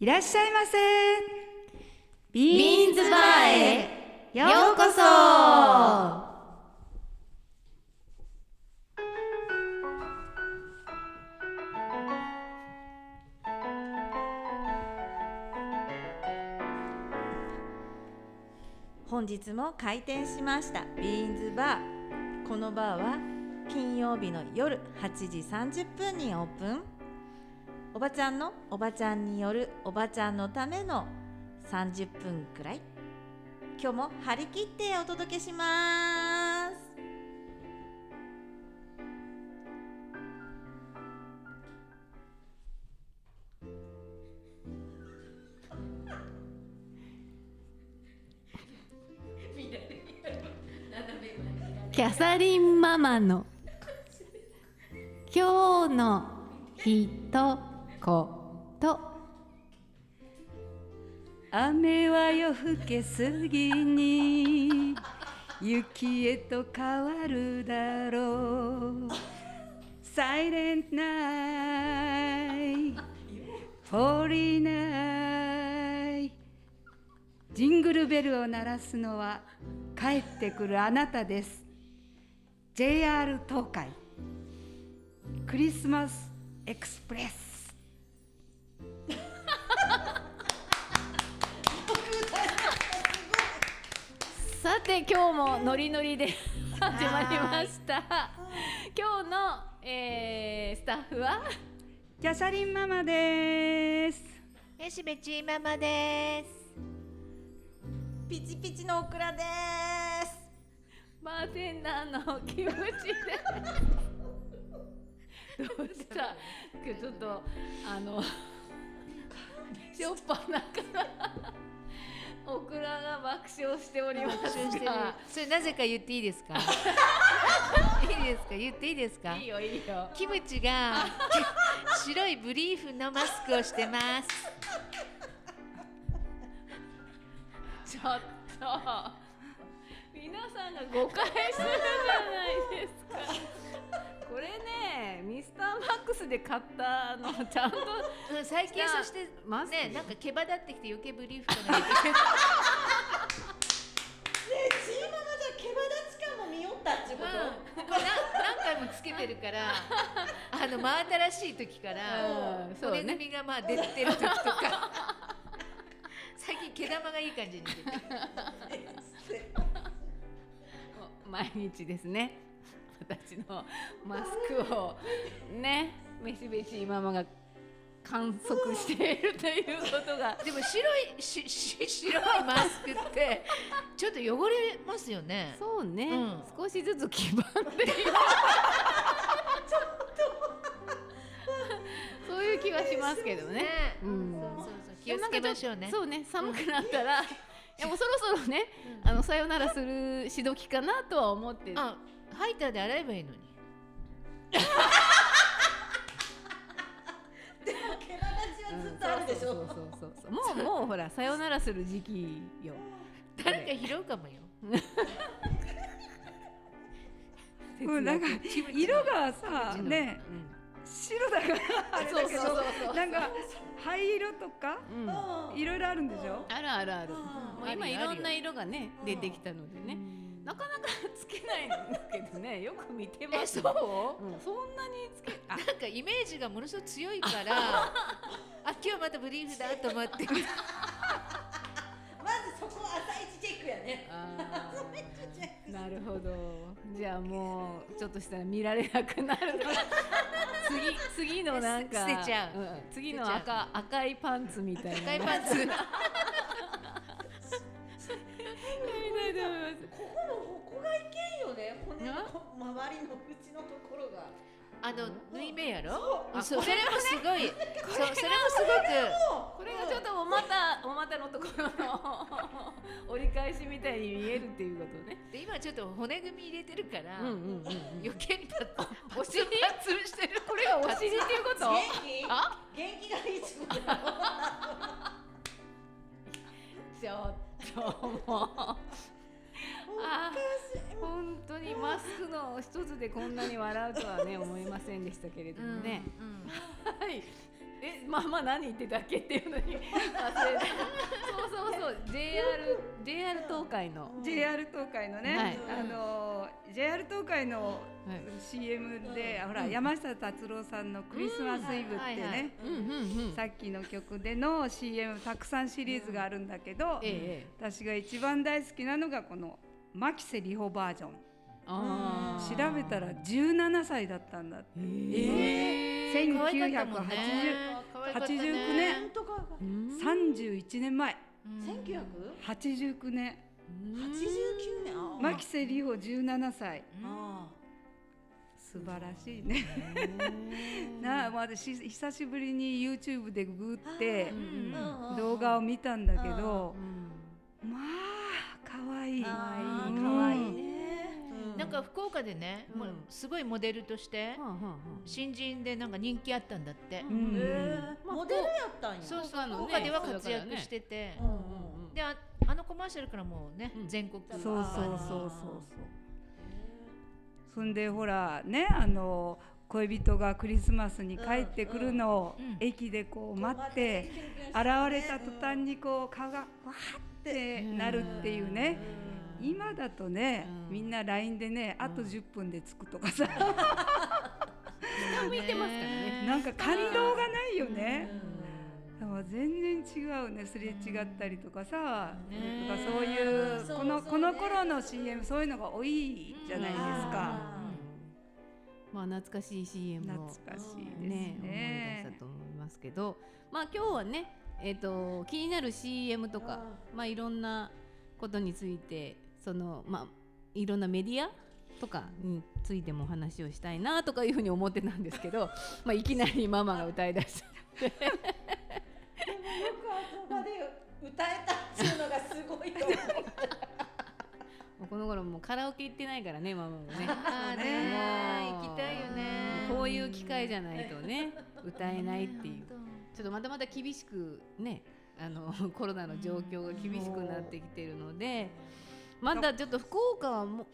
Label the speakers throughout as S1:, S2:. S1: いらっしゃいませ
S2: ビーンズバーへようこそ
S1: 本日も開店しましたビーンズバーこのバーは金曜日の夜8時30分にオープンおばちゃんのおばちゃんによるおばちゃんのための30分くらい今日も張り切ってお届けします
S2: キャサリンママの今日の一言
S3: 雨は夜更けすぎに雪へと変わるだろうサイレントナイトフォーリーナイトジングルベルを鳴らすのは帰ってくるあなたです JR 東海クリスマスエクスプレス
S2: さて今日もノリノリで始まりました今日の、えー、スタッフは
S3: キャサリンママです
S4: めしべちママです。
S1: ピチピチのオクラです
S2: バーテンダーのキ ムチでどうした今日ちょっとあのしょっぱなからオクラが爆笑しております
S4: 爆笑してる
S2: が。
S4: それなぜか言っていいで すか。いいですか、言っていいですか
S2: いい。よいいよ
S4: キム チが白いブリーフのマスクをしてます。
S2: ちょっと皆さんが誤解するじゃないですかこれねミスターマックスで買ったのちゃんと
S4: うん最近
S2: じゃあ
S4: そして
S2: マスク
S4: ね、なんか毛羽立ってきて余計ブリーフか な。
S1: チーママじゃ毛羽立ち感も見よったってこ
S4: うんこれな何回もつけて るから、あの真新しい時から
S2: うん、そうね
S4: 骨組みがまあ出てる時とか。最近毛玉がいい感じに出てる。
S2: 毎日ですね私のマスクをねめしべしママが観測しているということが
S4: でも白いしし白いマスクってちょっと汚れますよね。
S2: そうね、
S4: うん
S2: 少しずつ黄ばんでいるそういう気はしますけどね。うん
S4: そうそうそう気をつけましょう
S2: で
S4: ね。
S2: もなんかちょっとそうね寒くなったら、いやもうそろそろね、あのさよならするし時かなとは思って
S4: あ、ハイターで洗えばいいのに。
S2: うんそうそうそうそうそうもうもうほらさよならする時期よ
S4: 誰か拾うかもよ。
S3: うん、なんか色がさ
S4: キムチの
S3: ね白だからあれだけどなんか灰色とか
S2: うん、うん、あ
S3: いろいろあるんでしょ
S2: るあるあるもう
S4: あるよ
S2: 今いろんな色がね
S4: ん
S2: 出てきたのでねなかなかつけないんだけど ねよく見てま
S4: え、
S2: す
S4: そ
S2: よ
S4: う？
S2: うんそんなにつけ
S4: なんかイメージがものすごく強い から、あ、今日またブリーフだと思って。
S1: まずそこ朝一チェックやね
S2: あーなるほどじゃあもうちょっとしたら見られなくな る次次のなんか
S4: 捨てちゃうん
S2: 次の赤赤いパンツみたいな
S4: 赤いパンツ。
S2: やりたいと思います
S1: ここのここがいけんよね骨の周りの口のところが
S4: あの縫い目やろ
S2: そう。あ
S4: そう
S2: こ
S4: それもすごい。そうそれもすご
S2: これがちょっとお股お股のところの 折り返しみたいに見えるっていうことね
S4: く。で今ちょっと骨組み入れてるから、
S2: うん
S4: 余計にパッ
S2: お尻
S4: 潰してる。
S2: これがお尻っていうこと
S1: 元気
S2: あ
S1: 元気がいいちこだ
S2: ちょっともうあ本当にマスクの一つでこんなに笑うとはね思いませんでしたけれどもね、
S4: うんうん
S2: はいえまあまあ何言ってたっけっていうのに忘れたそうそうそう JR, JR 東海の
S3: JR 東海のね、
S2: はい
S3: あの JR 東海の
S2: はい
S3: CM で、ほら、
S2: うん
S3: 山下達郎さんの「クリスマスイブ」ってね、
S4: はいはいはい
S2: うんうんうん
S3: さっきの曲での CM たくさんシリーズがあるんだけど、
S2: ええ
S3: 私が一番大好きなのがこのマキセリホバージョン
S2: あー
S3: 調べたら17歳だったんだって、
S4: えー可愛かったもんね可愛かったね
S3: 89年
S1: 本当か
S2: うん
S3: 31年前
S4: うん
S1: 1989
S3: 89年
S1: 年あー
S3: マキセリホ17歳
S1: あ
S3: 素晴らしいね なあ、まあ、私久しぶりに YouTube でググって
S1: あー
S4: うん
S1: ー
S3: 動画を見たんだけ
S2: う
S3: ど
S2: ん
S3: まあ可愛い
S1: あ
S3: う
S1: ー
S3: ん
S1: 可愛いね
S4: なんか福岡でね、
S2: うん
S4: もうすごいモデルとして
S2: はあはあは
S4: 新人でなんか人気あったんだって、
S3: うん
S1: へえ
S2: まあ
S1: モデルやったんや
S4: そうそう
S2: 福岡のね
S4: 福岡では活躍してて、
S1: うん
S2: あ
S1: うん
S4: でああのコマーシャルからもうね、
S2: うん
S4: 全国
S3: そうそうそうそうそうそんでほらねあの恋人がクリスマスに帰ってくるのを
S4: うんうん
S3: 駅でこう待って現れた途端にこう顔がわーってなるっていうね今だとね
S2: うん
S3: みんな LINE でねあと10分で着くとかさ
S2: 人見てますからね
S3: なんか感動がないよね
S2: うん
S3: でも全然違うねすれ違ったりとかさ
S4: ね
S3: なんかそういう
S1: そう
S3: この
S1: そう
S3: この
S1: ね
S3: 頃の CM そういうのが多いじゃないですか
S1: あ
S2: まあ懐かしい CM
S3: 懐
S2: を
S3: かしいです
S2: ね
S3: ね
S2: 思い出したと思いますけどまあ今日はねえっ、と気になる CM とかまあいろんなことについてそのまあいろんなメディアとかについてもお話をしたいなとかいうふうに思ってたんですけどまあいきなりママが歌いだした
S1: よくあそこで歌えたっていうのがすごいと思う
S2: もうこの頃もうカラオケ行ってないからねママもね
S4: あーね行きたいよね
S2: こういう機会じゃないと ね歌えないっていう
S4: ね
S2: ちょっとまたまた厳しくねあの コロナの状況が厳しくなってきてるので、まだちょっと福岡はも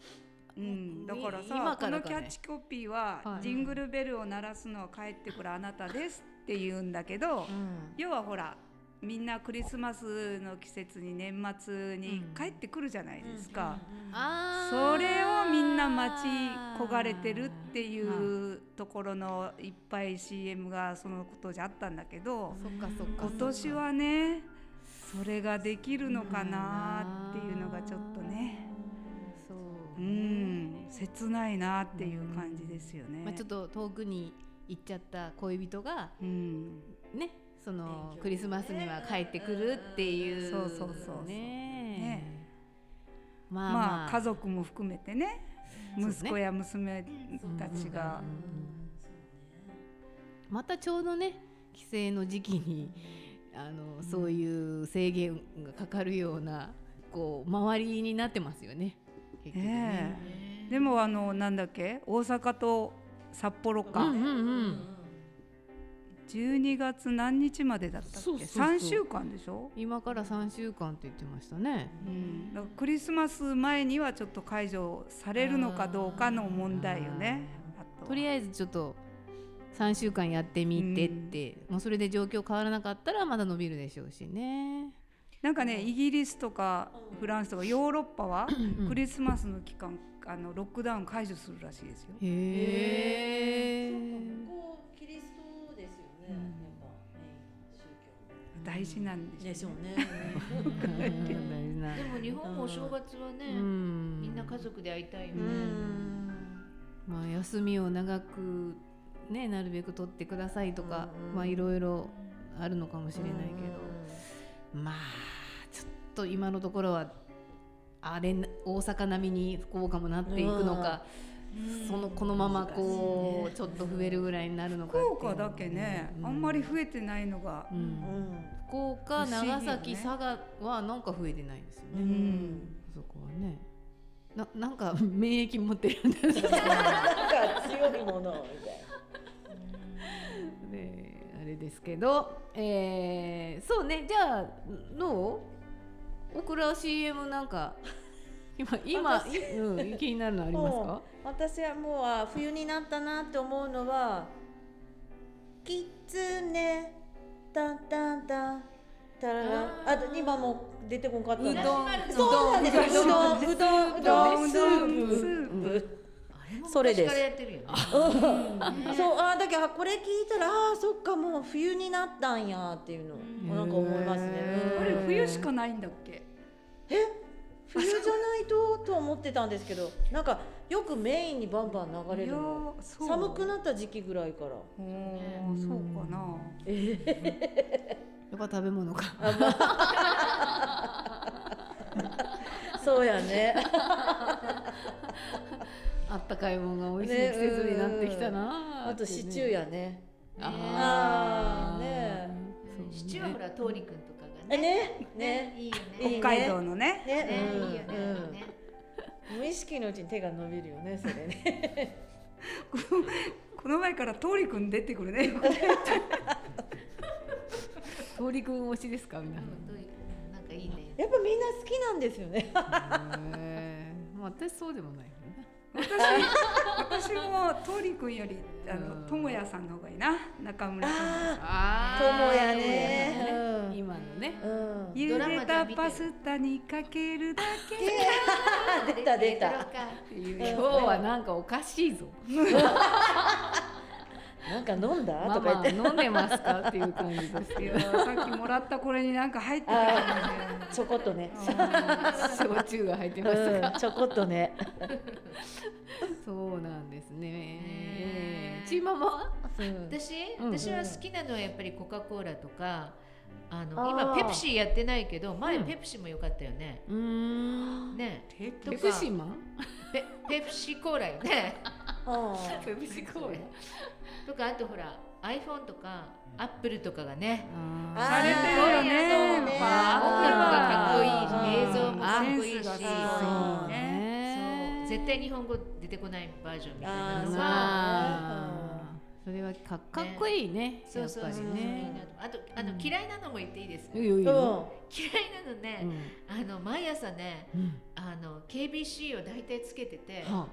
S3: うん、だからさ
S2: 今から
S3: このキ
S2: かね
S3: ャッチコピーは、
S2: はい
S3: ジングルベルを鳴らすのは帰ってくるあなたです」って言うんだけど、要はほらみんなクリスマスの季節に年末に
S2: うん
S3: 帰ってくるじゃないですか、
S2: あー
S3: それをみんな待ち焦がれてるっていうところのいっぱい CM がそのことじゃあったんだけど
S2: そっかそっか
S3: 今年はねそれができるのかなっていうのがちょっとね。
S2: そ
S3: う
S2: う、
S3: ん、切ないなっていう感じですよね。
S2: まあ、ちょっと遠くに行っちゃった恋人が
S3: うん、
S2: ねそ
S1: 遠距
S2: の
S1: 離
S2: クリスマスには帰ってくるっていう
S3: そうそうそうそう
S2: ね
S3: ね
S2: まあ、まあ
S3: まあ家族も含めてね、
S2: そうね
S3: 息子や娘たちが
S2: うんうんうんまたちょうどね帰省の時期に あの、そういう制限がかかるようなこう周りになってますよね結局ね
S3: ねえでもあのなんだっけ、大阪と札幌か、
S2: うんうんうん
S3: 12月何日までだったっ
S2: そうそう
S3: け、
S2: そう
S3: 三週間でしょ。
S2: 今から3週間って言ってましたね。
S3: うん、だからクリスマス前にはちょっと解除されるのかどうかの問題よね。
S2: とり
S3: あ
S2: あえずちょっと3週間やってみてって、もうそれで状況変わらなかったらまだ伸びるでしょうしね。
S3: えずなんかね、イギリスとか
S1: うん
S3: フランスとかヨーロッパは
S2: ん
S3: クリスマスの期間あのロックダウン解除するらしいですよ。
S2: へえ。
S1: そうか向こうキリストですよねやっぱメイン宗
S3: 大事なんで
S1: 教
S3: しょ
S1: でしょうね
S2: うん 大事 な
S4: でも日本もお正月はね、
S2: うん
S4: みんな家族で会いたいよ
S1: う
S4: ね、
S1: ん
S2: まあ、休みを長く、ね、なるべく取ってくださいとか、
S1: うんうん
S2: まあ、いろいろあるのかもしれないけど、まあちょっと今のところはあれ大阪並みに福岡もなっていくのか、そのこのままこう、ちょっと増えるぐらいになるのかっていう
S3: 福岡だけね、
S2: う
S3: あんまり増えてないのが
S2: う、、
S1: うんん
S2: 福岡
S3: 不思議よ
S2: 長
S3: ね
S2: 崎、佐賀はなんか増えてないんですよね、
S3: うん
S2: そこはねななんか 免疫持ってるんだ
S1: な
S2: ね
S1: んか強いものみたいな
S2: ねえあれですけど、えー、そうねじゃあどうオクラ CM なんか 今今、いうん、気になるのありますか
S1: うん私はもうあ冬になったなって思うのはキツネタンタンタンタララン
S4: あー
S1: あと今もう出てこんかった
S3: うどん
S1: そうなんですようどんうどんうどん
S3: う
S1: ス
S3: どん
S1: ープ
S3: スープ
S1: それです
S4: 昔からやってるよね
S1: そうあーだけどこれ聞いたらあーそっかもう冬になったんやっていうのをなんか思いますね
S3: あれ冬しかないんだっけ
S1: え冬じゃないとと思ってたんですけどなんかよくメインにバンバン流れるの
S3: ーそう
S1: 寒くなった時期ぐらいから
S3: おーそうかな
S2: やっぱ食べ物か
S1: そうや ね
S2: あったかいものが美味しい季節になってきたな
S1: あとシチューやねあ
S2: あ
S1: ー
S2: ー
S1: ね
S2: そうね
S4: シチューはほら桃李くんとかが
S1: え
S4: ね
S1: ねね
S4: い
S1: いい
S4: いよ
S1: ね
S4: ね
S3: 北海道のね
S1: ね
S4: ねいいよね
S1: うんうん無意識のうちに手が伸びるよねそれね
S3: この前から通りくん出てくるね
S2: 通りくん推しですか皆さ
S4: う
S2: ん
S4: ん桃李くんなんかいいね
S1: やっぱみんな好きなんですよ ね
S2: へーまあ私そうでもないよね
S3: 私私も通りくんよりあの智也さんの方がいいな中村智也
S1: ああ
S2: あ
S1: 友
S2: や
S1: やねうん
S2: 今のね
S1: うん
S3: ゆ
S4: ドラ
S3: で
S4: マじゃ
S3: た
S4: 見て
S3: パ
S4: る
S3: スタにかけるだけ
S1: あ出 た出た
S2: っていう今日はなんかおかしいぞ
S1: なんか飲んだ
S2: マ
S1: とか言っ
S2: マ
S1: て
S2: 飲んでますかっていう感じです
S3: い
S2: け
S3: や
S2: ど
S3: ーさっきもらったこれになんか入ってたからね
S1: ちょこっとね
S2: 焼酎が入ってましたか
S1: うんちょこっと ね
S2: そうなんですね
S4: ねえ
S2: ちーママは
S4: 私
S2: うん
S4: 私は好きなのはやっぱりコカ・コーラとかあの
S1: あ
S4: 今
S1: ー
S4: ペプシーやってないけど前
S2: うん
S4: ペプシも良かったよね、
S2: うーん
S4: ね
S3: テープ
S2: ペプシマン
S4: ペペプシコーラよ ね
S1: うん
S2: ペプシコーラ
S4: とかあとほら iPhone とか Apple とかがね
S1: あ
S3: されてるよね
S1: そうね
S4: まあ音楽がかっこい
S2: あー
S4: いし映像もかっこいいし
S3: センスが
S1: あー
S2: そう
S4: そう
S2: ね
S4: 絶対日本語出てこないバージョンみたいなのが
S2: まあそれはかかっこいいね
S4: そ
S2: や
S4: う
S2: っ
S4: そう
S2: ぱ
S4: そ
S2: り
S4: ういいな
S2: ね
S4: とあとあの
S2: うん
S4: 嫌いなのも言っていいです
S2: い
S4: 嫌
S2: い
S4: い
S2: よいいよ
S4: なの
S2: う
S4: ね
S2: ん
S4: あの毎朝ね
S2: うん
S4: あの KBC を大体つけてて
S2: は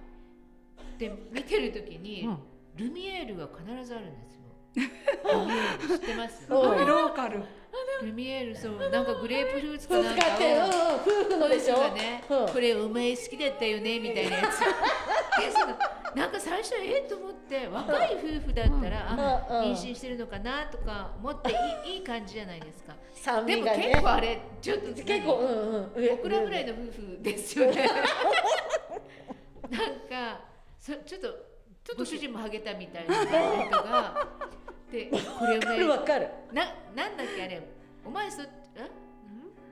S4: で見てる時
S2: あ
S4: に
S2: うん
S4: ルミエールが必ずあるんですよルミエール知ってます
S1: そう
S3: ごいローカル
S4: ルミエールそうなんかグレープフルーツ
S1: そ
S4: か
S1: う
S4: なんか
S1: 使ってうん
S4: を
S1: 夫婦のでしょ
S4: がね
S1: うん
S4: これお前好きだったよねみたいな やつでそのなんか最初えっと思って若い夫婦だったら、
S1: うん
S4: あ
S1: うん
S4: 妊娠してるのかなとか思っていいいい感じじゃないですか
S1: 酸
S4: で
S1: 味
S4: も
S1: がね
S4: 結構あれちょっと結
S1: 結構うんうん上
S4: 僕らぐらいの夫婦ですよねなんかそちょっとちょっと主人もハゲたみたいな人がでこれお前
S1: わかる
S4: ななんだっけあれお前そん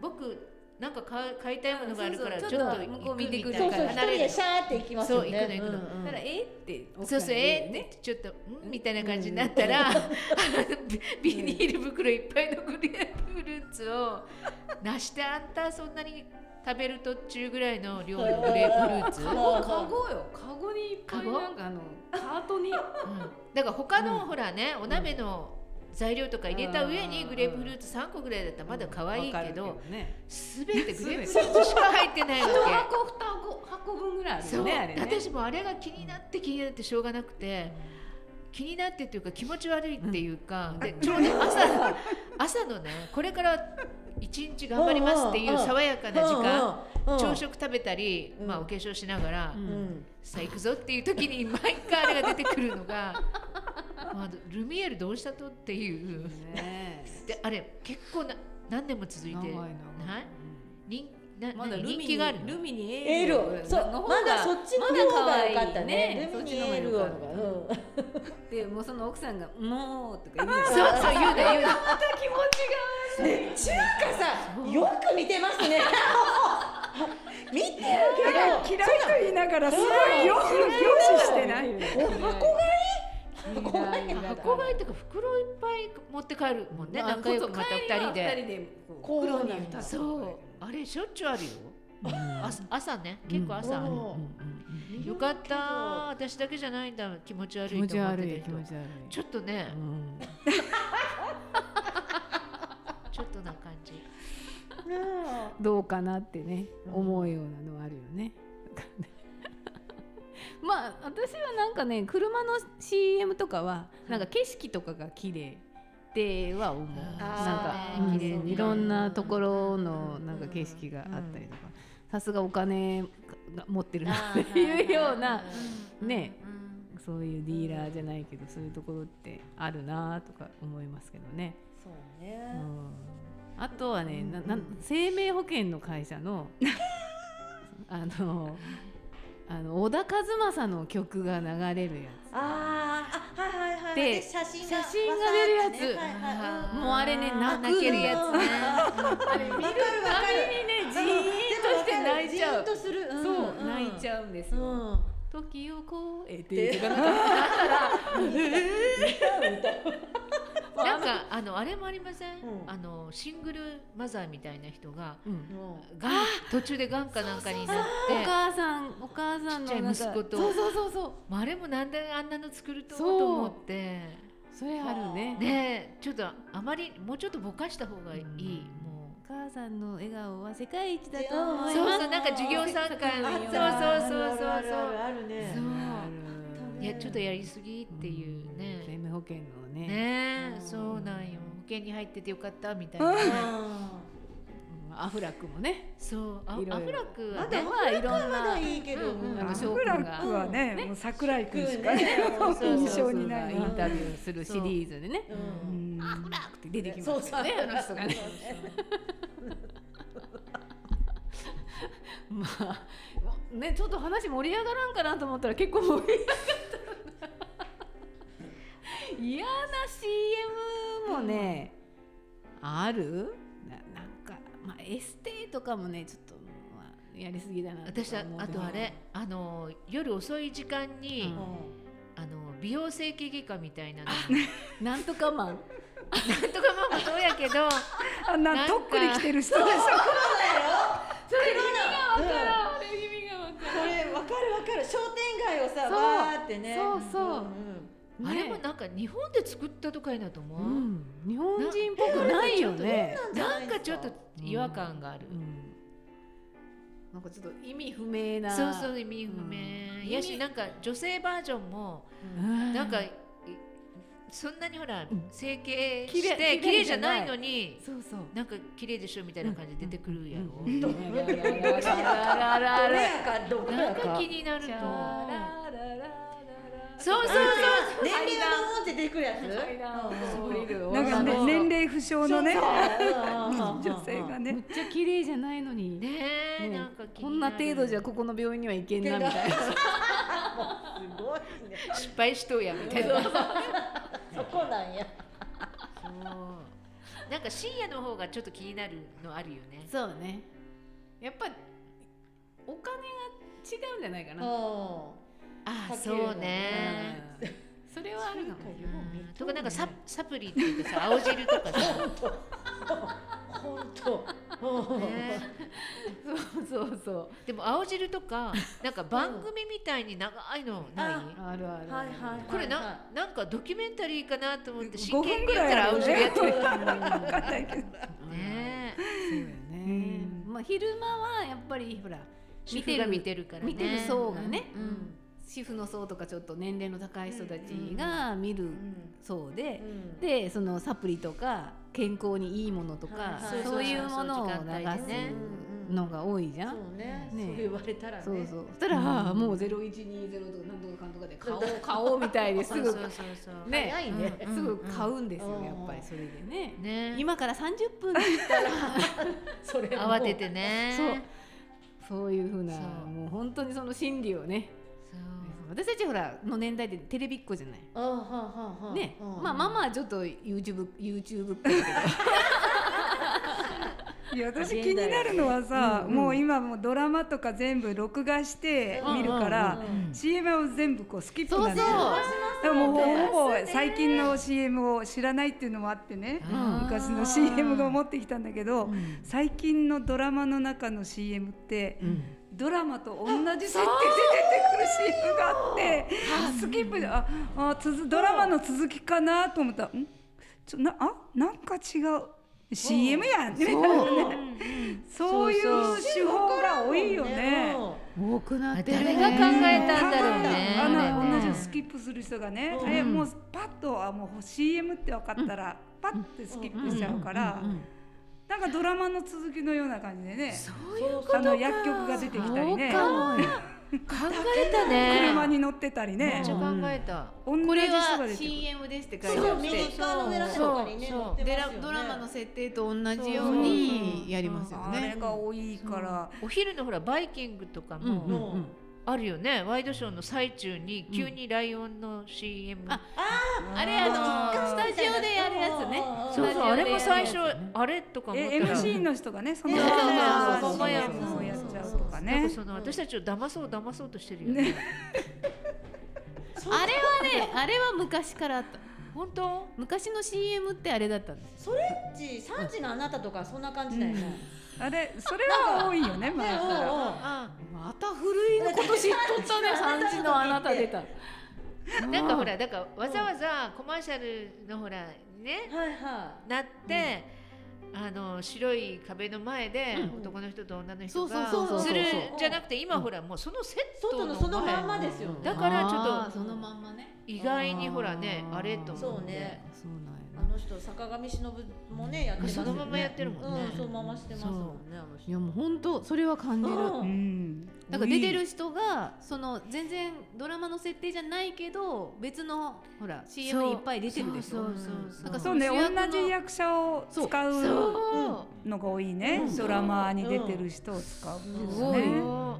S4: 僕なんか買う買いたいものがあるから
S2: そう
S4: ち
S2: そう
S4: ょっ
S2: ち
S4: と
S2: ょっと向こ
S4: 行
S2: う
S4: く
S2: 見て
S4: み
S2: くる
S4: た
S1: そ
S4: いう
S1: そう
S4: な
S1: 一
S4: 離
S1: 人
S4: れ
S1: で
S4: る
S1: シャーって行きますよね
S4: そう行くの行くの
S1: うんうん
S2: だからえって
S4: そうそうえーってちょっとんみたいな感じになったらあの ビビニール袋いっぱいのグレープフルーツを なしてあんたそんなに食べる途中ぐらいの量のグレープフルーツ、
S1: カ
S4: う
S2: カ
S4: ん、
S2: ゴカゴよカゴにいっぱい
S4: カゴ
S2: なんかあのカートに
S4: だから他の、ほらねお鍋の材料とか入れた上に
S2: うん
S4: グレープフルーツ3個ぐらいだ ったらまだ可愛いけど、
S2: わかるね
S4: すべてグレープフルーツしか入ってないわ
S2: 一
S4: け。
S2: 箱二箱箱分ぐらいある
S4: そ
S2: よ
S4: う、
S2: ねあれね
S4: 私もあれが気になって気になってしょうがなくて、気になってっていうか気持ち悪いっていうか、でちょうど朝朝のねこれから一日頑張りますっていう爽やかな時間、
S1: うんうんうん
S4: 朝食食べたり、
S1: うん
S4: まあ、お化粧しながら、
S2: うん
S1: うん
S4: さあ行くぞっていう時に毎回あれが出てくるのが まあルミエールどうしたとっていう
S2: ね
S4: であれ結構な何年も続いて
S2: 長い長い
S4: はい人な
S2: まだ
S4: 何
S2: ルミ
S4: 人
S2: に
S4: 気があるの
S2: ルミに
S1: エー
S2: エ
S1: ル
S2: ー
S1: を
S2: ルを
S1: そう
S2: の方が
S1: まだそっちの
S2: まだ
S1: 方
S2: 可
S1: が
S2: 愛
S1: 良
S2: い
S1: かったねル
S2: そっ
S1: ミ
S2: ち
S1: エ
S2: の方が
S1: ー
S2: 良
S1: ルを
S2: か
S1: う
S2: っ
S1: ん
S2: たでもうその奥さんが「もう」とか言う
S4: そう
S2: じゃん
S4: そう言うな言うな
S2: 気持ち
S1: ね中華さんよく似てます ね見てるけ
S3: 嫌いと言いながらすごいよく凝視してない
S2: がお箱がいい
S1: 箱買い
S4: 箱買いとか袋いっぱい持って帰るもんね仲良くまた二人で
S2: こ
S1: う
S2: 袋に入れ
S1: なん
S2: た
S1: だ
S4: そうあれしょっちゅうあるよ
S2: う
S4: 朝朝ね結構朝あ
S1: う
S4: る
S1: ん
S4: よかった私だけじゃないんだ気持ち悪
S2: 気
S4: い
S2: 持
S4: と
S2: ち
S4: 思っ
S2: 悪
S4: て
S2: い
S4: た
S2: 気
S4: 人
S2: 持ち悪い
S4: ちょっとね
S2: うん
S4: ちょっとな感 じ
S2: どうかなってね
S1: うん
S2: 思うようなのはあるよね。 まあ私はなんかね車の CM とかはなんか景色とかが綺麗では思うなん
S1: あ
S2: か
S1: ーそうね
S2: うん
S1: 綺麗ね
S2: いろんなところのなんか景色があったりとかさすがお金が持ってるなって いうようなねそういうディーラーじゃないけどそういうところってあるなとか思いますけどね。
S1: そう
S2: う
S1: ね、
S2: んあとはね、なな
S1: うん
S2: 生命保険の会社のあのあの小田和正の曲が流れるやつ
S1: あーあはいはいはい
S2: で
S1: で写真が
S2: 写真が出るやつ
S1: わさーってねはいはいうん
S2: もうあれね泣くの
S4: 泣けるやつねあ
S1: わ
S4: れ
S1: かるわかる。
S2: にねジーンとして泣いちゃう
S1: でもわかるジーンとする。ん
S2: そう、泣いち
S1: ゃ
S2: ゃうんです
S1: う
S2: よ、
S1: ん。うん。
S2: 時を超えて
S1: で
S2: とかなんか
S4: なんかあのあれもありません、
S1: うん
S4: あのシングルマザーみたいな人が
S2: うん
S4: がん途中でがんかなんかになっ
S2: お
S4: て
S2: 母さんお母さんのなんか
S4: ちっちゃい息子と
S2: そうそうそうそう
S4: まああれもなんであんなの作ると
S2: そう
S4: と思って
S2: それあるね
S4: ねえちょっとあまりもうちょっとぼかした方がいい、も
S2: お母さんの笑顔は世界一だと
S4: う
S2: 思
S4: そ
S2: いま
S4: う
S2: す
S4: そうなんか授業参観
S2: あ
S4: の
S2: っ
S4: そ
S2: た
S4: うそうそうそう
S1: あるあるあるあるね。
S4: そう
S1: る
S4: いやちょっとやりすぎっていうね、
S2: 生命保険のね
S4: ね
S1: う
S4: え、
S1: ん
S4: そうなんよ保険に入っててよかったみたいな、ね
S2: うんアフラックもね
S4: そうあ
S2: いろいろ
S4: アフラックは
S1: まだ
S4: ね
S1: まだいろんな。まだいいけど。
S4: うんうん
S2: あの
S3: ア
S2: 翔く
S3: フ
S2: ん
S3: ラ
S2: が
S3: ックはね
S2: ね
S3: もう桜井君しかね
S1: ね。そうそう
S3: 印象にないな
S2: インタビューするシリーズでね
S1: う。
S3: うんん
S2: って出てきますよね
S1: そう
S2: あの人がね
S1: そうね
S2: まあねちょっと話盛り上がらんかなと思ったら結構盛り上がったな嫌な CM もね、あるななんか、まあ、エステとかもねちょっと、まあ、やりすぎだな
S4: 私は
S2: は
S4: あとあれあの夜遅い時間に、
S2: うん
S4: あの美容整形外科みたいなの
S2: なんとかマン
S4: なんとかママそうやけど
S3: あん
S4: な
S3: なんん
S4: か
S3: とっくり来てる人でしょ
S1: それ意味がわからん。
S2: あれ意味が分
S1: これわかるわかる商店街をさ
S2: そう
S1: わーってね
S2: そうそうんね
S4: あれもなんか日本で作ったとかいなと思
S2: う
S4: う、
S2: ん、日本人っぽくないよね
S1: うん
S4: なんかちょっと違和感がある、
S2: うんなんかちょっと意味不明な
S4: そうそう意味不明、
S2: うん
S4: やしなんか女性バージョンも
S2: うん
S4: なんか、いそんなにほら
S2: ん
S4: 整形
S2: 綺
S4: し
S2: 麗
S4: て
S2: 綺麗
S4: 綺麗じ
S2: じ
S4: ゃ
S2: ゃな
S4: ないいのに
S2: そうそう
S4: なんか綺麗でしょみたいな感じで出てくるやろ、
S2: うん
S1: あらあらあらかどこ
S4: な
S1: や
S4: んか
S1: か
S4: 気になると
S2: チャラララララ
S4: そうそう
S1: 年齢がボーンって出てくるやつ
S2: そう
S3: なんかね
S4: そう
S3: 年齢不詳のね
S1: 女
S3: 女性が
S2: めっ
S3: ね
S2: ちゃ綺麗じゃないのに、
S4: ねえ、
S2: ね
S4: なんか気にる
S2: こんな程度じゃここの病院には行けんなみたいな
S1: すごいね
S4: 失敗しとうやみたい なそう
S1: そこなんや
S4: なんか深夜の方がちょっと気になるのあるよね
S2: そうねやっぱお金が違うんじゃないかな、
S4: あ
S1: かけるの
S4: そうね
S2: それはあるかも
S1: そうか
S4: うんとかなんかササプリっていうかさ青汁とかさ、
S1: 本当
S4: ね、
S2: そうそうそう
S4: でも青汁とかなんか番組みたいに長いのない
S2: あるある
S1: はいはい
S4: これななんかドキュメンタリーかなと思って真
S3: 5分
S4: 剣に
S3: ぐ
S4: やった
S3: らいあ
S4: ら
S3: る
S4: 青
S3: ね
S4: 汁やってる
S3: 分かんないけど
S2: ね
S4: ね
S2: そうよね
S3: う
S2: まあ昼間はやっぱりほら
S4: 見てる見てるからね
S2: 見てる層がね
S4: うんうん
S2: 主婦の層とかちょっと年齢の高い人たちが見る層で、でそのサプリとか健康にいいものとか、
S1: はいはい
S2: そういうものを流すのが多いじゃん。
S1: そうねそう言われたらね
S2: そうそうそしたら、あーもう0120とか何とかかんとかで買おう買おうみたいです
S4: そう
S2: ぐ
S4: そうそうそう
S2: ね
S1: 早いね
S2: すぐ買うんですよ、
S1: うん
S2: やっぱりそれでね。
S4: ね
S2: 今から30分って言ったら
S1: それも
S4: 慌ててね
S2: そうそういうふうな
S4: そう
S2: もう本当にその心理をね
S4: そう
S2: 私たちほらの年代でテレビっ子じゃない。
S1: あははは
S2: ね、まあママはちょっと YouTube, YouTube っぽいけど
S3: いや私気になるのはさ、
S2: うんうん
S3: もう今もうドラマとか全部録画して見るから、
S1: うんうんうん
S3: CM を全部こうスキップなんですよ
S2: そう
S3: だからもうほぼ最近の CM を知らないっていうのもあってね
S4: あー
S3: 昔の CM が持ってきたんだけど、最近のドラマの中の CM って、ドラマと同じ設定で出てくる CM があってスキップでああつづドラマの続きかなと思ったらんちょなあなんか違う CM やんみたいなねそういう手法が多いよね。
S1: うん
S2: 多くなってるね
S4: 誰が考えたんだろうね
S3: あ
S4: あれ
S3: の
S4: ね
S3: 同じをスキップする人がね、
S1: うん
S3: えもうパッとあもう CM って分かったら、パッてスキップしちゃうから、
S1: うん
S3: なんかドラマの続きのような感じでね
S4: そういうことか
S3: あの薬局が出てきたりね
S4: そうかもよ考えたね
S3: 車に乗ってたり
S4: め
S3: ね
S4: っちゃ考えた、
S3: 同じ人
S4: こ
S3: が出
S4: れ
S3: て
S4: は
S3: くる
S4: CM ですって書いて
S1: そ
S4: あ
S1: う
S4: っ
S1: 右
S4: て
S1: 側の上らへんとかにね
S4: そう
S1: 載ってますよね
S4: ドラマの設定と同じよう
S3: そうそう
S4: にやりますよ
S3: あれ
S4: ね
S3: が多いから、
S4: お昼のほらバイキングと
S2: う
S4: か
S2: んう
S4: も
S2: んうん
S4: あるよね、ワイドショーの最中に急にライオンの CM、
S2: あ
S4: あれあのスタジオでやるやつね
S1: そ
S4: そう
S1: そ
S4: う
S1: う
S4: そう
S1: あ
S4: あ
S1: れ
S4: れ
S1: も
S4: も
S1: 最
S4: 最
S1: 初
S4: 初あれとか思った
S3: え
S4: ら
S3: MC の人がねその
S1: ね
S4: そうそうそう
S3: もや
S4: そうそう
S3: もやっちゃうとかね
S4: なんかその私たちを騙そう騙そうとしてるよね
S3: ね
S2: あれはねあれは昔からあった
S4: 本当
S2: 昔の CM ってあれだったんです
S1: それっち三時のあなたとかそんな感じだよね。
S3: あれそれは多いよね前
S1: ね
S3: から。
S4: あ
S2: また古いのこと知っとったね3時のあなた出た
S4: なんかほらだからわざわざコマーシャルのほらね
S1: おうおうはいは
S4: なって、あの白い壁の前で
S2: うん
S4: 男の人と女の人
S2: そ
S4: が
S2: うそうそうそう
S4: する
S1: うん
S4: じゃなくて今ほらもうそのセ
S1: い。
S4: ッ
S1: 外
S4: ト
S1: の
S4: の
S1: そのま
S4: 前
S1: んまですよ。
S4: だからちょっと
S2: あーそのまんまね
S4: 意外にほらね
S2: あー
S4: あれと思って
S1: そうね
S2: そうな
S1: あ
S2: んや
S1: の人坂上忍もねやってます
S4: そ
S1: よね。
S4: のままやってるもんね
S1: うん、そのまましてますもんねあの
S2: い
S1: 人。
S2: やもう本当それは感じる
S1: うん
S3: うん
S2: なんか出てる人がその全然ドラマの設定じゃないけど別のほら CM にいっぱい出てるでし
S4: そ
S2: ょ
S4: うそうそう
S2: なんか
S3: そうね
S2: 主役の
S3: 同じ役者を使う
S2: そ
S3: のが多いね
S1: うん
S3: ドラマに出てる人を使う
S2: う
S1: う
S2: す
S1: そ
S2: ごい
S3: ね
S2: よ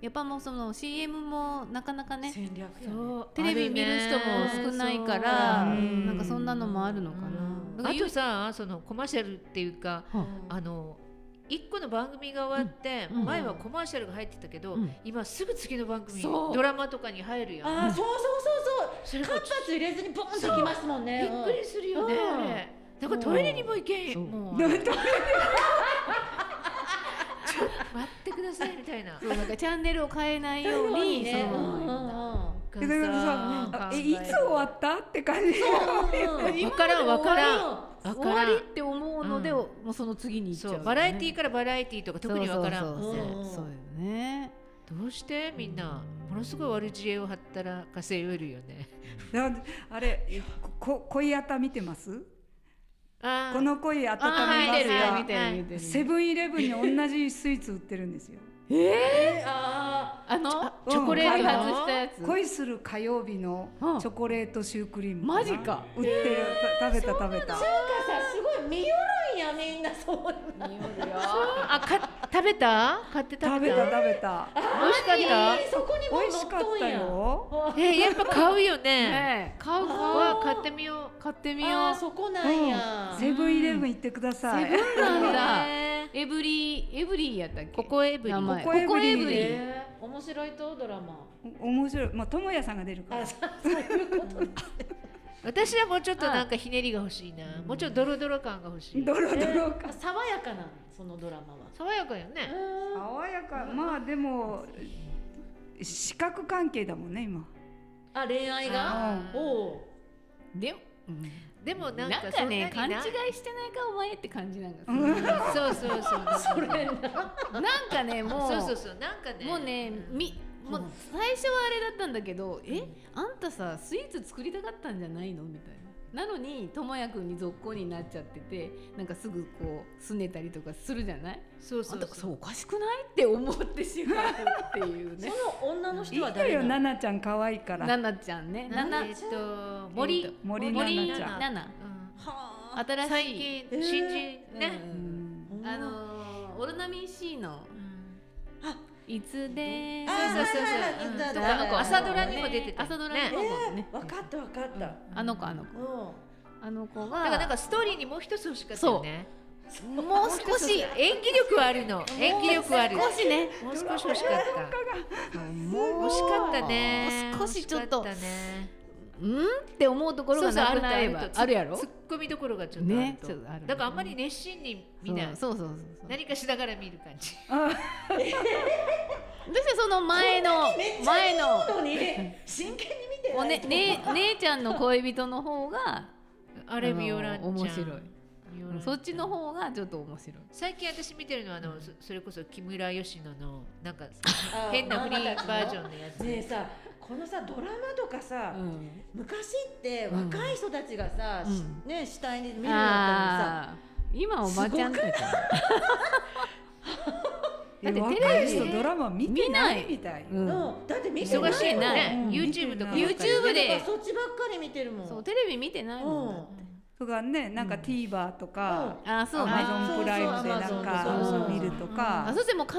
S2: やっぱもうその CM もなかなかね
S1: 戦略やね。
S4: そう
S2: テレビ見る人も少ないから
S4: あるね
S3: うん
S2: なんかそんなのもあるのか
S4: そう
S2: な
S4: あ
S2: なんか
S4: とさそのコマーシャルっていうか
S1: うん
S4: あの一個の番組が終わって、
S2: うん
S4: 前はコマーシャルが入ってたけど、
S2: うん
S4: 今すぐ次の番組
S2: そう
S4: ドラマとかに入るやん
S1: あー、そうそう
S4: それ
S1: そう
S4: が
S1: そう。間髪入れずにポンときますもんね。
S4: びっくりするよね、
S2: うん
S4: あれだからトイレにも行けん
S2: そう
S4: もう
S3: どう
S4: 待
S3: やって
S4: ってくださいみたいな
S2: そうなんかチャンネルを変えない
S1: うん。
S2: よう に
S1: ね。
S2: そううん
S1: う んうん。
S3: だからさあえいつ終わったって感じ
S4: 分からん分からんわ
S2: 終
S4: か
S2: わ
S4: ら
S2: り
S4: ん
S2: って思うので
S4: うん
S2: もうその次に行っちゃ
S4: そううバラエティーからバラエティーとか特に分からん
S2: そうそうそう
S1: うん
S2: そうよね
S4: どうしてみんなものすごい悪知恵を張ったら稼いるよね
S3: だあれこ恋あた見てます
S4: あー
S3: この恋あたた
S4: あー
S3: め
S4: 見てるよ
S3: ま
S4: 見
S3: す
S4: てる見
S3: がセブンイレブンに同じスイーツ売ってるんですよ
S1: えー、あ
S2: あの
S3: うん
S2: チョコレー
S3: 開
S2: ト
S4: 発
S2: 外したやつ
S3: 恋する火曜日の
S2: うん
S3: チョコレートシュークリーム
S2: マジか
S3: 売ってるた食べた食べた
S1: ー。なんかさすごい見よるんやみんなそう。
S4: あか食べた買って食べ
S3: 食べ
S4: た
S3: た食べた
S4: 美味しかった
S1: えーそこにも
S3: 美味
S1: 乗
S3: し
S1: っ
S3: かっ
S1: とん
S3: た
S1: や。
S3: よ
S4: えやっぱ買うよね。
S2: ねえ買う買
S4: わ
S2: う
S4: 買ってみよ
S2: 買ってみよ
S1: あー
S2: う
S1: そこなんや。
S3: セブンイレブン行ってください。
S2: セブンなん
S4: う。
S2: だ
S4: へー
S2: エブリーエブリーやったっけ
S4: ここエブリ
S2: 名前
S4: ン。
S3: ここエブリー
S2: ここエブリー
S1: えー、面白いとドラマ。
S3: お 面白い。まあ智也さんが出るから
S1: あ、。そういうことね。
S4: 私はもうちょっとなんかひねりが欲しいな。もうちょっとドロドロ感が欲しい。
S3: ドロドロか。
S1: 爽やかなそのドラマは。
S4: 爽やかよね。
S1: う
S3: 爽やか。まあでも視覚関係だもんね今。
S1: んあ、恋愛が。
S4: あー
S1: おう。
S2: でも
S4: でもなん
S2: なん
S4: か
S2: かね
S4: そ
S2: 勘
S4: ん
S2: 違
S4: ないにな
S2: してないかお前って感じなんか
S3: うん
S4: そうそうそう。それ。
S2: なんかねも
S4: そうそう
S2: う
S4: そうなんかね。
S2: もうねみもう最初はあれだったんだけどえあんたさスイーツ作りたかったんじゃないのみたいななのにともやくんに続行になっちゃっててなんかすぐこう拗ねたりとかするじゃない
S4: そう
S2: あ
S4: そ
S2: んた
S4: う
S2: そ
S4: そう
S2: うおかしくないって思ってしまうっていう
S1: そ
S2: ね
S1: の女の
S3: いい
S1: 人は
S3: よ
S1: 誰
S3: よ
S1: な
S3: ナ
S1: の？
S3: ナちゃん可愛いから。
S2: ななちゃんねなな
S4: えっと森。
S3: 森
S2: 森
S3: ナナちゃ
S2: ななな
S4: うん
S1: はあ。
S2: 新しい
S4: 最近
S1: えー
S4: 新人
S2: う
S4: ね。
S3: ん。うんん
S2: あのーオロナミン C の
S4: うん
S2: 「いつでー
S1: あー
S4: そうそう
S1: はいはい
S4: そう
S1: はい
S4: うん。
S1: だだ
S4: とかあの子
S1: だ
S4: 朝ドラにも出てた。
S2: 朝ドラにも
S4: ね
S2: ね
S1: わかったわかった。
S2: あの子あの子
S1: うん。
S2: あの子
S4: だからなん
S2: が
S4: かストーリーにもう一つ欲しかったよね。
S2: もう少し
S4: 演技力はあるの。演技力はある。
S2: 少しね
S4: もう少し欲しかった。
S2: も
S4: 惜しかったね。
S2: もう少しちょっと
S4: 惜しかたね
S2: うんって思うところがなくなれば
S4: そうそう
S2: あるやろ
S4: 突っ込みどころがちょっとある
S2: ね
S4: と
S2: ちょっとある
S4: だからあんまり熱心に見
S2: 見
S4: ない
S2: ない。そうそうそうそう
S4: 何かしながら見る感じ。
S2: 私はその前の
S1: めっちゃ
S2: 前の
S1: のに真剣に見て
S2: お
S1: ない
S2: ねね姉ちゃんの恋人の方が
S4: あれビオランちゃん。
S2: 面白い
S4: ニオラル
S2: そっちの方がちょっと面白い
S4: 最近私見てるのはあのそそれこそ木村佳乃のなんか
S1: あ
S4: 変なフリ
S1: マ
S4: ー
S1: マたちの
S4: バージョンのやつ
S1: ねえさこのさドラマとかさ、
S2: うん
S1: 昔って若い人たちがさ、
S2: うん
S1: しね死体に見るようになったのにさ
S2: ああ今おばちゃんとかだってテ
S3: 若
S2: レ
S3: い
S2: ビ
S3: 人ドラマ見てな
S2: 見ない
S3: いみたい。
S2: うん
S1: のだって見てない
S4: 忙しい
S1: もん
S4: ね
S3: うん
S4: YouTube とか
S3: 見
S4: YouTube
S1: なん
S4: で
S1: かそっちばっかり見てるもん
S2: そうテレビ見てないもんだ
S3: とかね、なんか TVer とか、
S2: ああそうね
S3: Amazon プライムでなん
S2: そうそうそう
S3: か見ると
S2: あ
S3: か
S2: そ、してもう必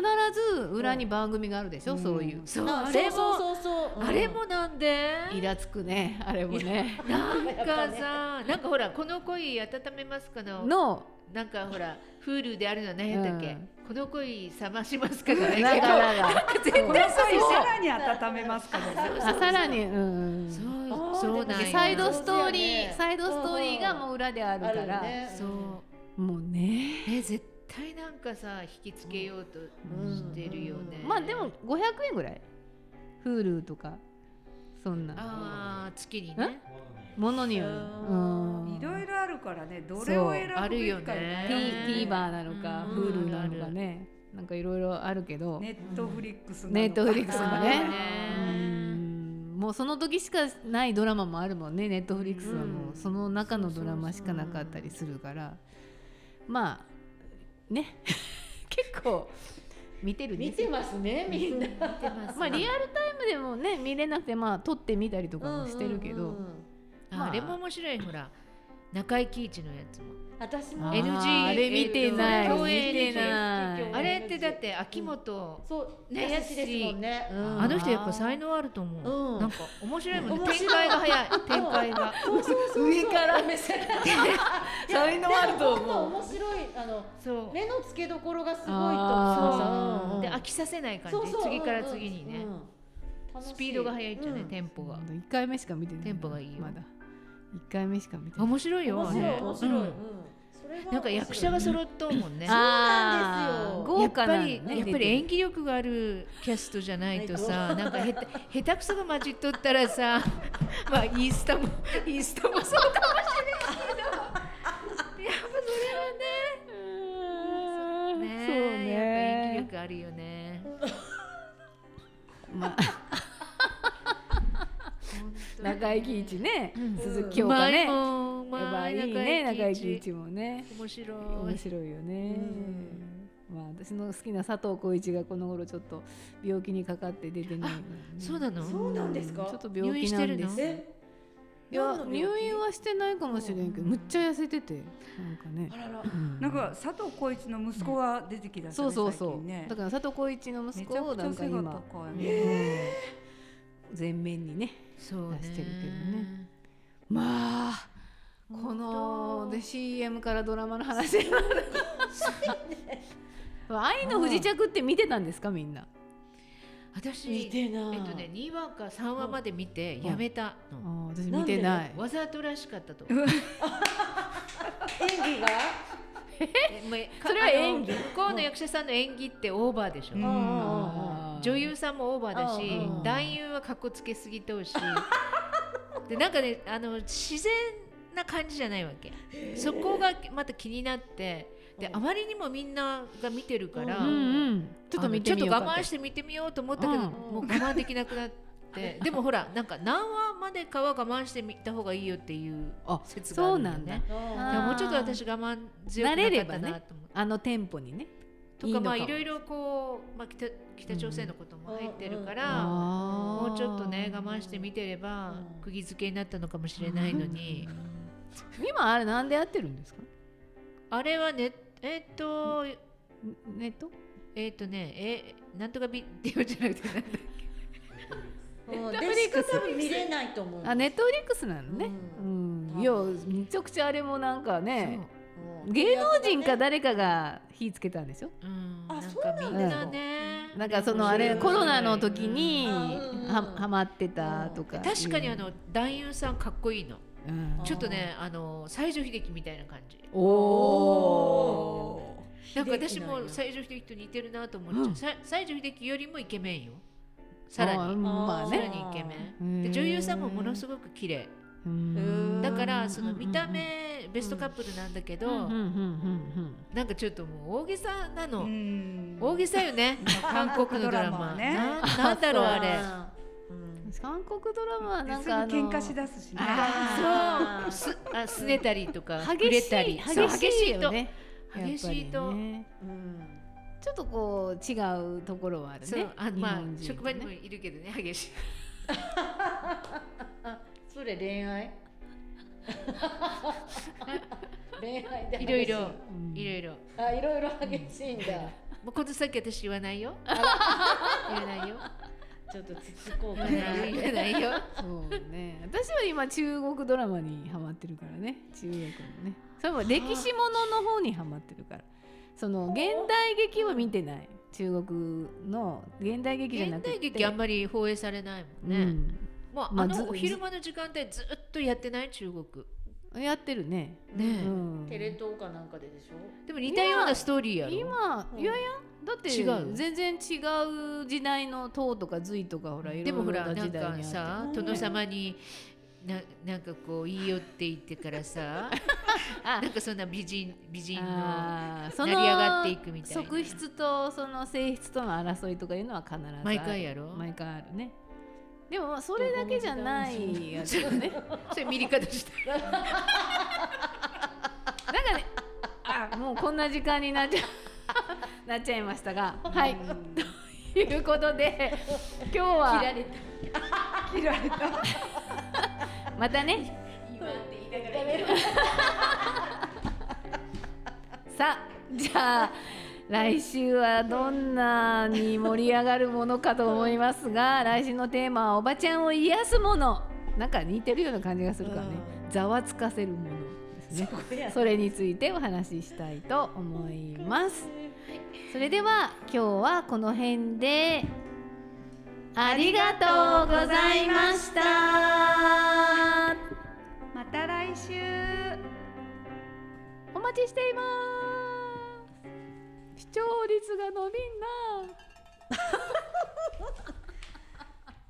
S2: ず裏に番組があるでしょ、そういう
S4: そう
S1: あ
S4: あ
S1: そ
S4: れ
S1: うそう
S4: も
S1: そうそううん
S4: あれもなんで
S2: イラつくねあれもね
S4: なんかさなんかほらこの恋温めますかの
S2: の
S4: なんかほら Hulu であるのは何やったっけ、
S2: うん
S4: この恋冷ましますかじゃないけど
S2: なんかなん か
S3: この際さらに温めますからね。
S2: あさらにうん
S4: そ
S1: あ
S4: う
S1: ー
S4: そう
S1: で
S4: な
S1: も
S4: ん
S1: ね
S4: や
S2: サイドストー
S1: そう
S2: リ
S1: だよ
S2: ー、
S1: ね
S2: サイドストーリーがもう裏である
S1: あ
S2: か
S1: るよ
S2: ら、
S1: ね
S4: そう
S2: もうね、
S4: え絶対なんかさ引きつけようとしてるよね、
S1: うん
S2: まあでも500円ぐらい Hulu とかそんな
S4: ああ月にね
S2: ものによる
S1: う
S2: うんん
S3: いろいろあるからね、どれを選
S4: あ
S3: ぶ
S4: るよ
S3: べきかね
S4: ね。
S2: T- TVer なのか、
S4: うん
S2: Hulu なのかねなんかいろいろあるけど、
S3: ネットフリックス
S2: ネットフリックス
S4: そ
S2: も
S4: う
S2: ね
S4: ね
S2: うんもうその時しかないドラマもあるもんねネットフリックスはも
S4: うん
S2: うその中のドラマしかなかったりするから、まあね 結構見てるん
S1: 見
S2: ですよ
S1: てますねみんな
S4: 見てま す
S2: まあリアルタイムでもね見れなくてまあ撮ってみたりとかもしてるけど、
S1: うんうんうん
S2: まあ
S4: あれも面白いほら中井貴一のやつも
S1: 私
S2: あ
S1: も
S2: ー
S4: NG
S2: あれ見てない
S4: 共演
S2: 見てない
S1: うん
S4: あれってだって秋元、
S1: そう
S4: ね
S1: ねやしですもんねうん
S4: あの人やっぱ才能あると思う、
S1: うん
S4: なんか面白いもんね
S1: 面白い
S4: 展開が早い展開が
S1: そうそうそうそう
S2: 上から目線才能あると
S1: でも
S2: 思
S1: 本当面
S2: う
S1: 白いあの
S4: そう
S1: 目の付けどころがすごいと
S2: あー
S1: そう
S4: で飽きさせない感じ
S1: そうそう
S4: 次から次にね、
S1: うんうん楽しい
S4: スピードが速いっていうね、
S1: うん
S4: テンポが、
S2: 1回目しか見てない
S4: テンポがいいよ
S2: まだ1回目しか見てない
S4: 面白いよ
S1: 面
S4: あ
S1: 白い
S4: れ
S1: 面白い、
S2: う
S1: うんんそれは
S4: なんか役者が
S1: 面白い
S4: 揃っとうもん
S1: なんで
S4: ね
S1: すよ
S2: あー
S4: や
S2: 豪
S4: っぱ
S2: 華な
S4: り、
S2: ね
S4: やっぱり演技力があるキャストじゃないとさ、なんかへた下手くそが混じっとったらさ、まあインスタもインスタもそうかもしれんけど、やっぱそれはね、ねえ
S2: そうね
S4: やっぱ演技力あるよね。
S2: まあ、中井貴一ね、
S4: うん
S2: 鈴木
S4: 今
S2: 京香ね、やっ
S4: も
S2: ぱいいね、中井貴一もね、
S4: 面白
S2: 面
S4: い。
S2: 白いよね。まあ、私の好きな佐藤浩市がこの頃ちょっと病気にかかって出てないのね、
S4: そうなの？
S1: そうなんですか
S2: ちょっと病気なんですよ。
S4: 入
S1: え
S2: いや、
S1: 何の病気
S2: 入院はしてないかもしれんけど、むっちゃ痩せてて、なんかね
S1: あ。らら
S2: うん
S3: なんか佐藤浩市の息子が出てきたね
S2: そうそう
S3: 最
S2: そ
S3: 近ね
S2: う。だから佐藤浩市の息
S3: め
S2: 子
S3: ちゃ
S2: を
S3: くち
S2: な
S3: ゃ
S2: んか
S3: 背が
S2: 今、
S3: 高い
S2: うん
S3: ね。
S2: 全面にね。
S4: そうね
S2: 出してるけどね。まあこので CM からドラマの話になる 愛の不時着って見てたんですかみんな
S4: 私
S1: 見てない
S4: えっとね、2話か3話まで見てやめた
S2: あ
S4: の、
S2: ー私見てない
S4: わざとらしかったと
S1: 演技が
S4: えもうか
S2: それは演技
S4: あの向こうの役者さんの演技ってオーバーでしょ、
S3: うん
S2: あー
S4: 女優さんもオーバーだし、
S1: うん
S4: 男優はかっこつけすぎとうしでなんかねあの自然な感じじゃないわけそこがまた気になってで
S1: うん
S4: あまりにもみんんなが見てるから、
S2: うんうんちょっと見てみよう
S4: あ
S2: か
S4: のちょっと我慢してて見てみようと思ったけど、
S2: うん
S4: もう我慢できなくなって でもほらなんか何話までかは我慢してみた方がいいよっていう
S2: あ
S4: 説があ
S2: そう
S4: るんだ
S2: な
S4: よ
S2: んだあ
S4: ねでも
S2: ー
S4: もうちょっと私我慢強くなかったなと思って、
S2: あの店舗にね
S4: とかまあいろい
S2: ろ
S4: ろこう、まあ、北北朝鮮のことも入ってるか
S1: うん
S4: ら、
S2: も
S4: もうちょっとね我慢して見てれば
S1: うん
S4: 釘付けになったのかもしれないのに、
S2: 今あれなんでやってるんですか
S4: あれはねえっと
S2: んネット
S4: えっとねえなんとかビデオじゃなくてなんだ
S1: うんで
S2: ネットフリック
S1: しか
S2: ス
S1: 多分見れないと思う
S2: あネットフリックスなのね
S1: う
S2: うん
S1: 多分
S2: いやめちゃくちゃあれもなんかね
S4: そう
S1: うん
S2: 芸能人か誰かが火つけたんでしょ
S4: うん、
S1: あ
S4: なん
S1: そうな
S4: か
S1: ん
S4: み
S1: だ
S4: んなね、
S2: なんかそのあれ
S1: うん
S2: コロナの時に
S1: うん
S2: ははまってたとか
S4: 確かにあの男優さんかっこいいの
S2: うん
S4: ちょっとねあの西城秀樹みたいな感じ
S2: おお
S4: なんか私
S1: 秀
S4: も
S1: 樹なん
S4: 西城秀樹と似てるなと思っちゃう、
S2: うん
S4: さ西城秀樹よりもイケメンよさらに
S2: まあ
S4: さら
S2: ね
S4: にイケメン
S2: うん
S4: で女優さんもものすごく綺麗
S2: うん
S4: だからその見た
S2: うん
S4: 目ベストカップルなんだけど、
S2: うんうんうん
S4: なんかちょっともう大げさなの、
S3: うん
S4: 大げさよ ね韓国のドラマ
S3: 韓国ドラマね
S4: ななんだろうあれ
S1: うん
S2: うん韓国ドラマは
S3: で
S2: なん
S3: すぐ
S2: かあの
S3: 喧嘩しだすしね
S4: あ
S1: あー
S4: そうすあすねたりとか触
S2: 激
S4: れ
S2: しい
S4: たり
S2: 激しい
S4: そう
S2: よね
S4: 激しいと激しい
S2: やっ
S4: と、
S2: ぱりね
S1: うん
S2: ちょっとこう違うところはある
S4: そう
S2: ね
S4: あのまあ
S2: 日本人とね
S4: 職場にもいるけどね激しい
S1: それ恋愛恋愛で激し
S4: いろいろ
S2: うん
S4: いろいろ
S1: あいろいろ激しいんだ
S4: もうこの先私言わな いよ言わないよ
S1: ちょっとつつこうか
S4: 言わ
S1: な
S4: ないよ言わないよ
S2: そうね私は今中国ドラマにハマってるからね中国のねそれも歴史ものの方にハマってるからその現代劇は見てない中国の現代劇じゃな
S4: 現
S2: くて
S4: 代劇あんまり放映されないもんね、もう
S2: まあ
S4: あの
S2: ず
S4: お昼間の時間帯ずっとやってない中国
S2: うん、やってるね、
S4: ね
S2: う
S4: え、
S2: ん、
S1: テレ東かなんかででしょ
S4: でも似たようなストーリーやろ
S2: 今
S1: うん
S2: いやいやだって
S4: 違う
S2: 全然違う時代の唐とか隋とかほらい
S4: で
S2: ろ
S4: も
S2: い
S4: ほ
S2: ろ
S4: ら
S2: な
S4: な
S2: 時
S4: ん
S2: 代
S4: か
S2: にあ
S4: さ殿様にななんかこういいよって言ってからさ なんかそんな美人美
S2: って
S4: 人の成
S2: あーそ
S4: り
S2: の
S4: 上がっていくみたいな
S2: 側室とその性質との争いとかいうのは必ずある
S4: 毎回やろ
S2: 毎回あるねでもまあそれだけじゃないやつよね
S4: それ見り方した
S2: あもうこんな時間になっちゃ なっちゃいましたがはいということで今日は
S4: れた
S3: 切られ た
S2: またね
S4: 今って言いながら
S2: さあじゃあ来週はどんなに盛り上がるものかと思いますが来週のテーマは「おばちゃんを癒すもの」なんか似てるような感じがするからね
S1: う
S2: ざわつかせるものですね
S1: こや
S2: それについてお話ししたいと思いますそれでは今日はこの辺でありがとうございました
S3: また来週
S2: お待ちしています視聴率が伸びんな